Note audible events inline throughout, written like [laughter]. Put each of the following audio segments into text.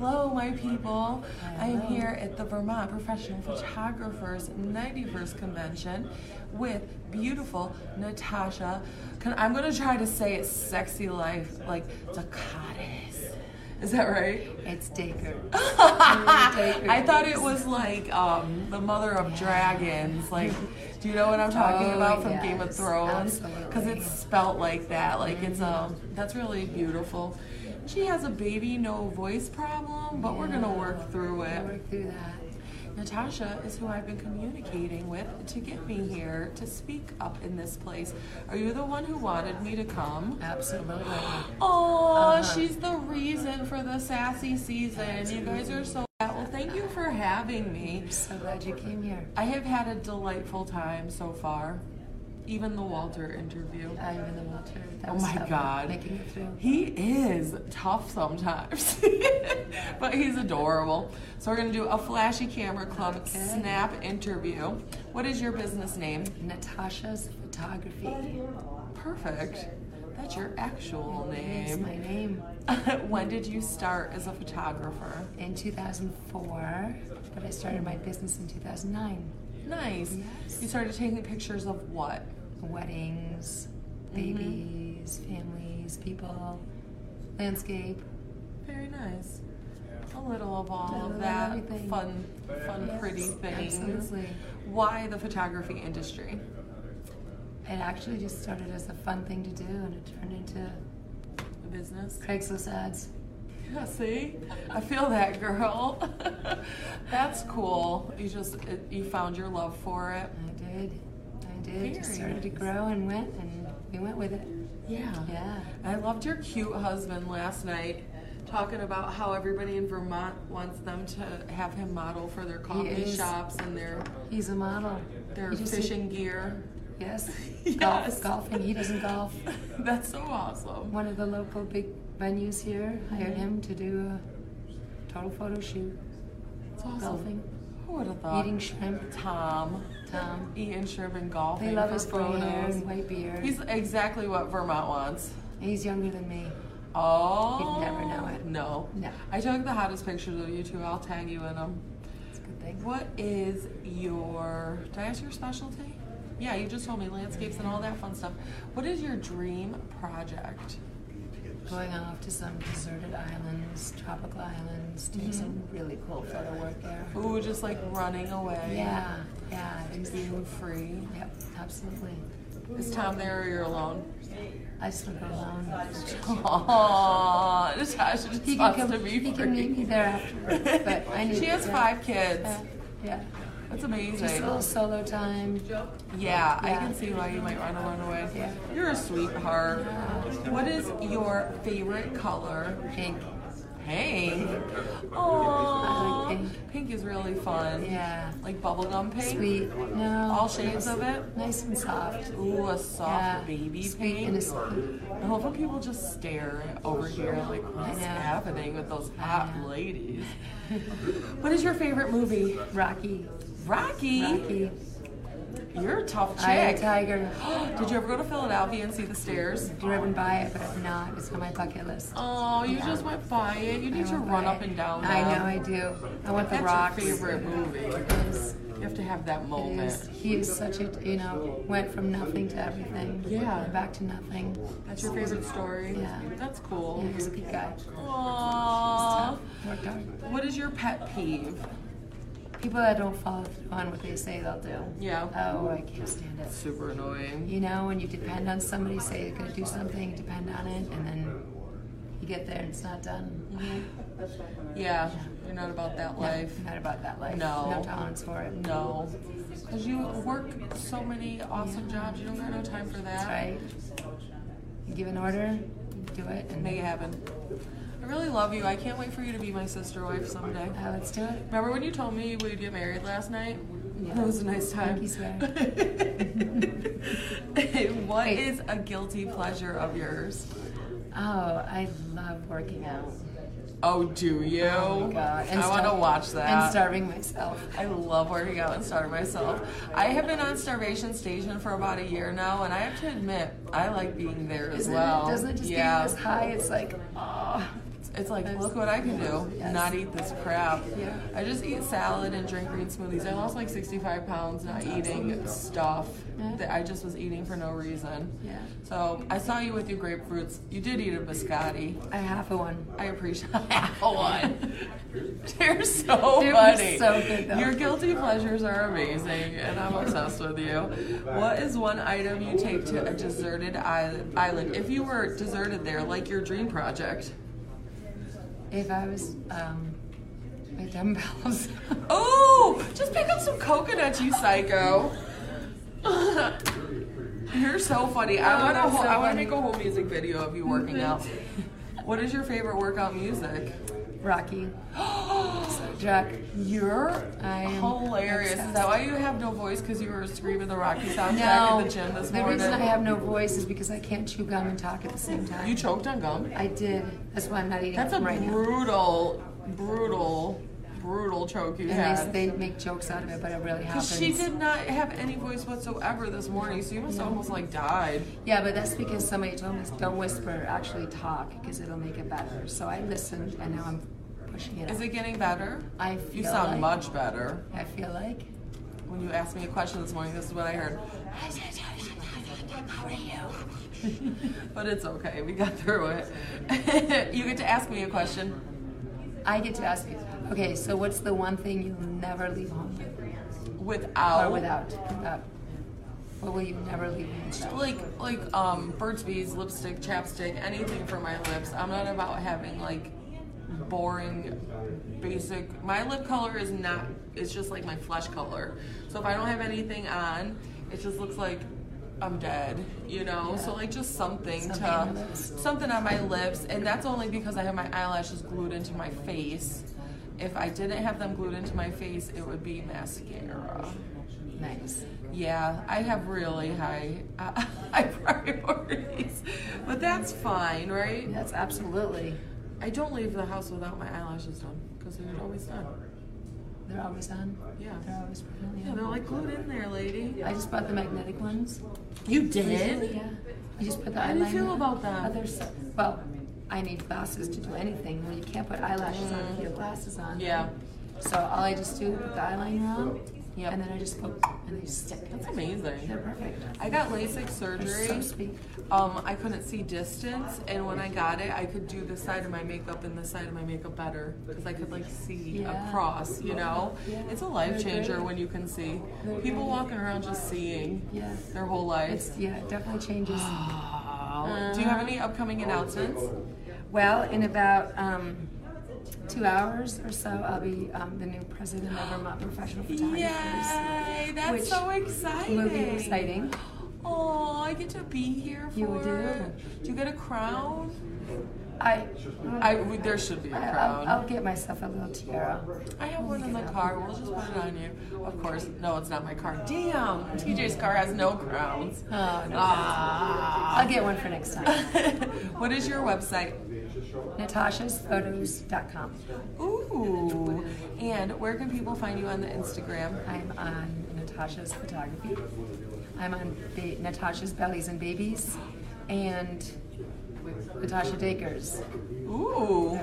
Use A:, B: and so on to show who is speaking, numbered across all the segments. A: Sorry, people. I am here at the Vermont Professional Photographers 91st Convention with beautiful Natasha. Can, I'm going to try to say it sexy life, like Dakotas. Is that right?
B: It's Dacre.
A: I thought it was like um, the mother of dragons. Like, do you know what I'm talking
B: Oh,
A: about from Game of
B: yes,
A: Thrones? Because
B: absolutely.
A: it's spelt like that. Like, it's um, that's really beautiful. She has a baby, no voice problem, but we're gonna work through it.
B: Work through that.
A: Natasha is who I've been communicating with to get me here to speak up in this place. Are you the one who wanted me to come?
B: Absolutely.
A: Oh,
B: Uh-huh.
A: she's the reason for the sassy season. You guys are so well. Thank you for having me.
B: So glad you came here.
A: I have had a delightful time so far. Even the Walter interview.
B: I over the water. That
A: Oh
B: was
A: my
B: tough.
A: God.
B: Making it through.
A: He is tough sometimes, [laughs] but he's adorable. So we're gonna do a flashy camera club
B: Okay.
A: snap interview. What is your business name?
B: Natasha's photography.
A: Perfect. That's your actual
B: It's my
A: name. [laughs]
B: name.
A: when did you start as a photographer?
B: In 2004, but I started my business in 2009.
A: Nice.
B: Yes.
A: You started taking pictures of what?
B: Weddings,
A: Mm-hmm.
B: babies, families, people, landscape.
A: Very nice. A little of all
B: Little
A: of
B: of
A: that
B: everything.
A: fun, fun,
B: Yes,
A: pretty things.
B: absolutely.
A: Why the photography industry?
B: It actually just started as a fun thing to do, and it turned into
A: The business?
B: Craigslist ads.
A: Yeah, see? I feel that, girl. [laughs] That's cool. You just, it, you found your love for it.
B: I did. I did. It just
A: Very
B: started to
A: nice.
B: grow and went, and we went with it.
A: Yeah.
B: Yeah.
A: I loved your cute husband last night talking about how everybody in Vermont wants them to have him model for their coffee
B: is.
A: shops and their,
B: He's a model.
A: their
B: He just-
A: fishing gear. [laughs]
B: Yes.
A: Yes.
B: Golf, golfing. He doesn't golf.
A: [laughs] That's so awesome.
B: One of the local big venues here hired
A: Mm-hmm.
B: him to do a total photo shoot.
A: That's awesome.
B: Golfing.
A: Who would have thought?
B: Eating shrimp.
A: Tom.
B: Tom.
A: Ian Sherman golfing
B: They love
A: for
B: his gray
A: photos.
B: hair and white beard.
A: He's exactly what Vermont wants.
B: He's younger than me.
A: Oh.
B: You'd never know it.
A: No.
B: No.
A: I took the hottest pictures of you two. I'll tag you in them.
B: It's a good thing.
A: What is your, did I ask your specialty? Yeah, you just told me landscapes and all that fun stuff. What is your dream project?
B: Going off to some deserted islands, tropical islands, doing
A: Mm-hmm.
B: some really cool photo work there.
A: Ooh, just like running away.
B: Yeah, yeah. I think
A: And
B: so.
A: being free.
B: Yep, absolutely.
A: Is Tom there or you're alone?
B: I just live alone.
A: Aw, Natasha just
B: He can
A: wants
B: come.
A: to be
B: He
A: free.
B: can meet me there afterwards. But
A: [laughs]
B: I need.
A: she has
B: yeah,
A: five kids.
B: Yeah, yeah.
A: That's
B: just
A: amazing.
B: a little solo time.
A: Yeah, I
B: Yeah.
A: can see why you might want to run away.
B: Yeah.
A: You're a sweetheart. What is your favorite color?
B: Pink.
A: Pink.
B: I like
A: Aww.
B: pink.
A: Pink is really fun.
B: Yeah.
A: Like bubblegum pink.
B: Sweet. No.
A: All shades of it.
B: Nice and soft.
A: Ooh, a soft
B: yeah.
A: baby
B: Sweet and a
A: pink.
B: sweet.
A: I hope when people just stare over here like, what's
B: know.
A: happening with those hot
B: know.
A: ladies? what is your favorite movie?
B: [laughs] Rocky.
A: Rocky.
B: Rocky.
A: You're a tough
B: I am a
A: chick.
B: tiger.
A: [gasps] Did you ever go to Philadelphia and see the stairs?
B: Driven by it, but I'm not. It's on my bucket list.
A: Oh, you just went by it. You need
B: I
A: to
B: went
A: run
B: by
A: up
B: it.
A: and down.
B: I
A: them.
B: know. I do. I want the
A: That's
B: rocks.
A: your favorite movie.
B: It is.
A: You have to have that
B: It is.
A: moment.
B: He is such a, you know, went from nothing to everything.
A: Yeah.
B: And back to nothing.
A: That's your favorite story.
B: Yeah.
A: That's cool.
B: Yeah, he's a good guy.
A: Aww.
B: Worked hard.
A: What is your pet peeve?
B: People that don't follow through on what they say they'll do.
A: Yeah.
B: Oh, I can't stand it.
A: Super annoying.
B: You know, when you depend on somebody, say you're going to do something, depend on it, and then you get there and it's not done.
A: Yeah. You're not about that Mm-hmm. life.
B: I'm Not about that life.
A: No.
B: No tolerance for it.
A: No. Because you work so many awesome jobs. You don't got no time for that.
B: That's right. You give an order, you do it, and
A: Make it happen. I really love you. I can't wait for you to be my sister wife someday.
B: Uh, let's do it.
A: Remember when you told me we'd get married last night?
B: Yeah.
A: That was a nice time.
B: Thank you, swear.
A: [laughs] what
B: Wait.
A: is a guilty pleasure of yours?
B: Oh, I love working out.
A: Oh, do you?
B: Oh my God.
A: I want to
B: starv-
A: watch that.
B: And starving myself.
A: I love working out and starving myself. I have been on starvation station for about a year now, and I have to admit, I like being there as
B: Isn't it-
A: well.
B: Doesn't it just
A: yeah.
B: get this high? It's like, oh,
A: It's like, look what I can do. Not eat this crap. I just eat salad and drink green smoothies. I lost like 65 pounds not eating stuff
B: Yeah.
A: that I just was eating for no reason.
B: Yeah.
A: So I saw you with your grapefruits. You did eat a biscotti.
B: I have a one.
A: I appreciate [laughs] half a one. They're so
B: They were
A: funny.
B: so good, though.
A: Your guilty pleasures are amazing, and I'm obsessed with you. What is one item you take to a deserted isl- island? If you were deserted there, like your dream project.
B: If I was um, my dumbbells. [laughs]
A: Oh, just pick up some coconuts, you psycho. [laughs] You're so funny. I
B: Oh,
A: want to.
B: that's
A: whole
B: so
A: I want to
B: funny.
A: make a whole music video of you working out.
B: [laughs]
A: What is your favorite workout music?
B: Rocky. Jack.
A: You're
B: I am
A: hilarious. Is that
B: obsessed.
A: why you have no voice? Because you were screaming the Rocky soundtrack
B: No.
A: at the gym this
B: the
A: morning.
B: reason I have no voice is because I can't chew gum and talk at the same time.
A: you choked on gum.
B: I did. That's why I'm not eating
A: That's a
B: them right now.
A: brutal, brutal, brutal choke you
B: And
A: had.
B: they, they make jokes out of it, but it really
A: Because
B: happens.
A: she did not have any voice whatsoever this morning, so you must almost like died.
B: Yeah, but that's because somebody told me don't whisper, actually talk, because it'll make it better. So I listened, and now I'm pushing it.
A: Is
B: out.
A: it getting better?
B: I
A: You
B: feel
A: sound
B: like,
A: much better.
B: I feel like.
A: When you asked me a question this morning, this is what I heard. But it's okay. We got through it. [laughs] you get to ask me a question.
B: I get to ask you. Okay, so what's the one thing you'll never leave home with,
A: Without,
B: or without? Without. What will you never leave home without?
A: like like um Burt's Bees, lipstick, chapstick, anything for my lips. I'm not about having like boring basic my lip color is not it's just like my flesh color. So if I don't have anything on, it just looks like I'm dead, you know? So like just something,
B: Something on
A: to
B: your lips.
A: something on my lips and that's only because I have my eyelashes glued into my face. If I didn't have them glued into my face, it would be mascara.
B: Nice.
A: Yeah, I have really high uh, [laughs] high priorities, but that's fine, right?
B: That's absolutely.
A: I don't leave the house without my eyelashes done because they're always done.
B: They're always on.
A: Yeah.
B: They're always permanently
A: Yeah,
B: on.
A: they're like glued in there, lady.
B: I just bought the magnetic ones.
A: You
B: Yeah. You just put the
A: How do
B: eyeliner.
A: you feel about that?
B: Other so- well, I need glasses to do anything. Well, you can't put eyelashes on if you have glasses on.
A: Yeah,
B: So all I just do put the eyeliner on.
A: Yep.
B: And then I just put and they stick.
A: that's amazing.
B: They're perfect.
A: I got LASIK
B: They're
A: surgery.
B: so sweet.
A: Um, I couldn't see distance, and when I got it, I could do this side of my makeup and this side of my makeup better because I could like see
B: Yeah.
A: across. You know,
B: Yeah.
A: it's a life
B: They're
A: changer
B: great.
A: when you can see.
B: They're
A: People
B: great.
A: walking around just seeing
B: Yeah.
A: their whole life.
B: It's yeah, it definitely
A: [gasps]
B: changes.
A: Wow. Do you have any upcoming announcements?
B: Well, in about um, two hours or so, I'll be um, the new president of Vermont Professional Photographers.
A: Yay! That's
B: Which
A: so exciting.
B: Will be
A: [gasps]
B: exciting.
A: Oh, I get to be here for
B: You do.
A: it. Do you get a crown?
B: I,
A: I we- there should be a
B: I
A: crown.
B: I'll, I'll get myself a little tiara.
A: I have one in the car. We'll just put it on you. Of course. No, it's not my car. Damn. TJ's car has no crowns.
B: Oh, no.
A: Ah.
B: I'll get one for next time.
A: [laughs] what is your website?
B: Natasha'sphotos.com.
A: Ooh. And where can people find you on the Instagram?
B: I'm on Natasha's photography. I'm on ba- Natasha's Bellies and Babies and Natasha Dakers.
A: Ooh.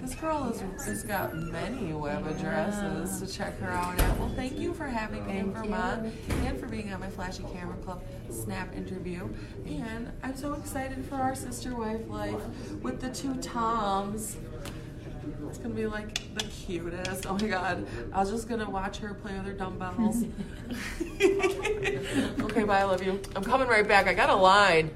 A: This girl has, has got many web addresses to check her out at. Well, thank you for having me in
B: Thank
A: Vermont and for being on my Flashy Camera Club snap interview. And I'm so excited for our sister wife life with the two Toms. It's gonna be like the cutest. Oh my god. I was just gonna watch her play with her [laughs] dumbbells. okay, bye. I love you. I'm coming right back. I got a line.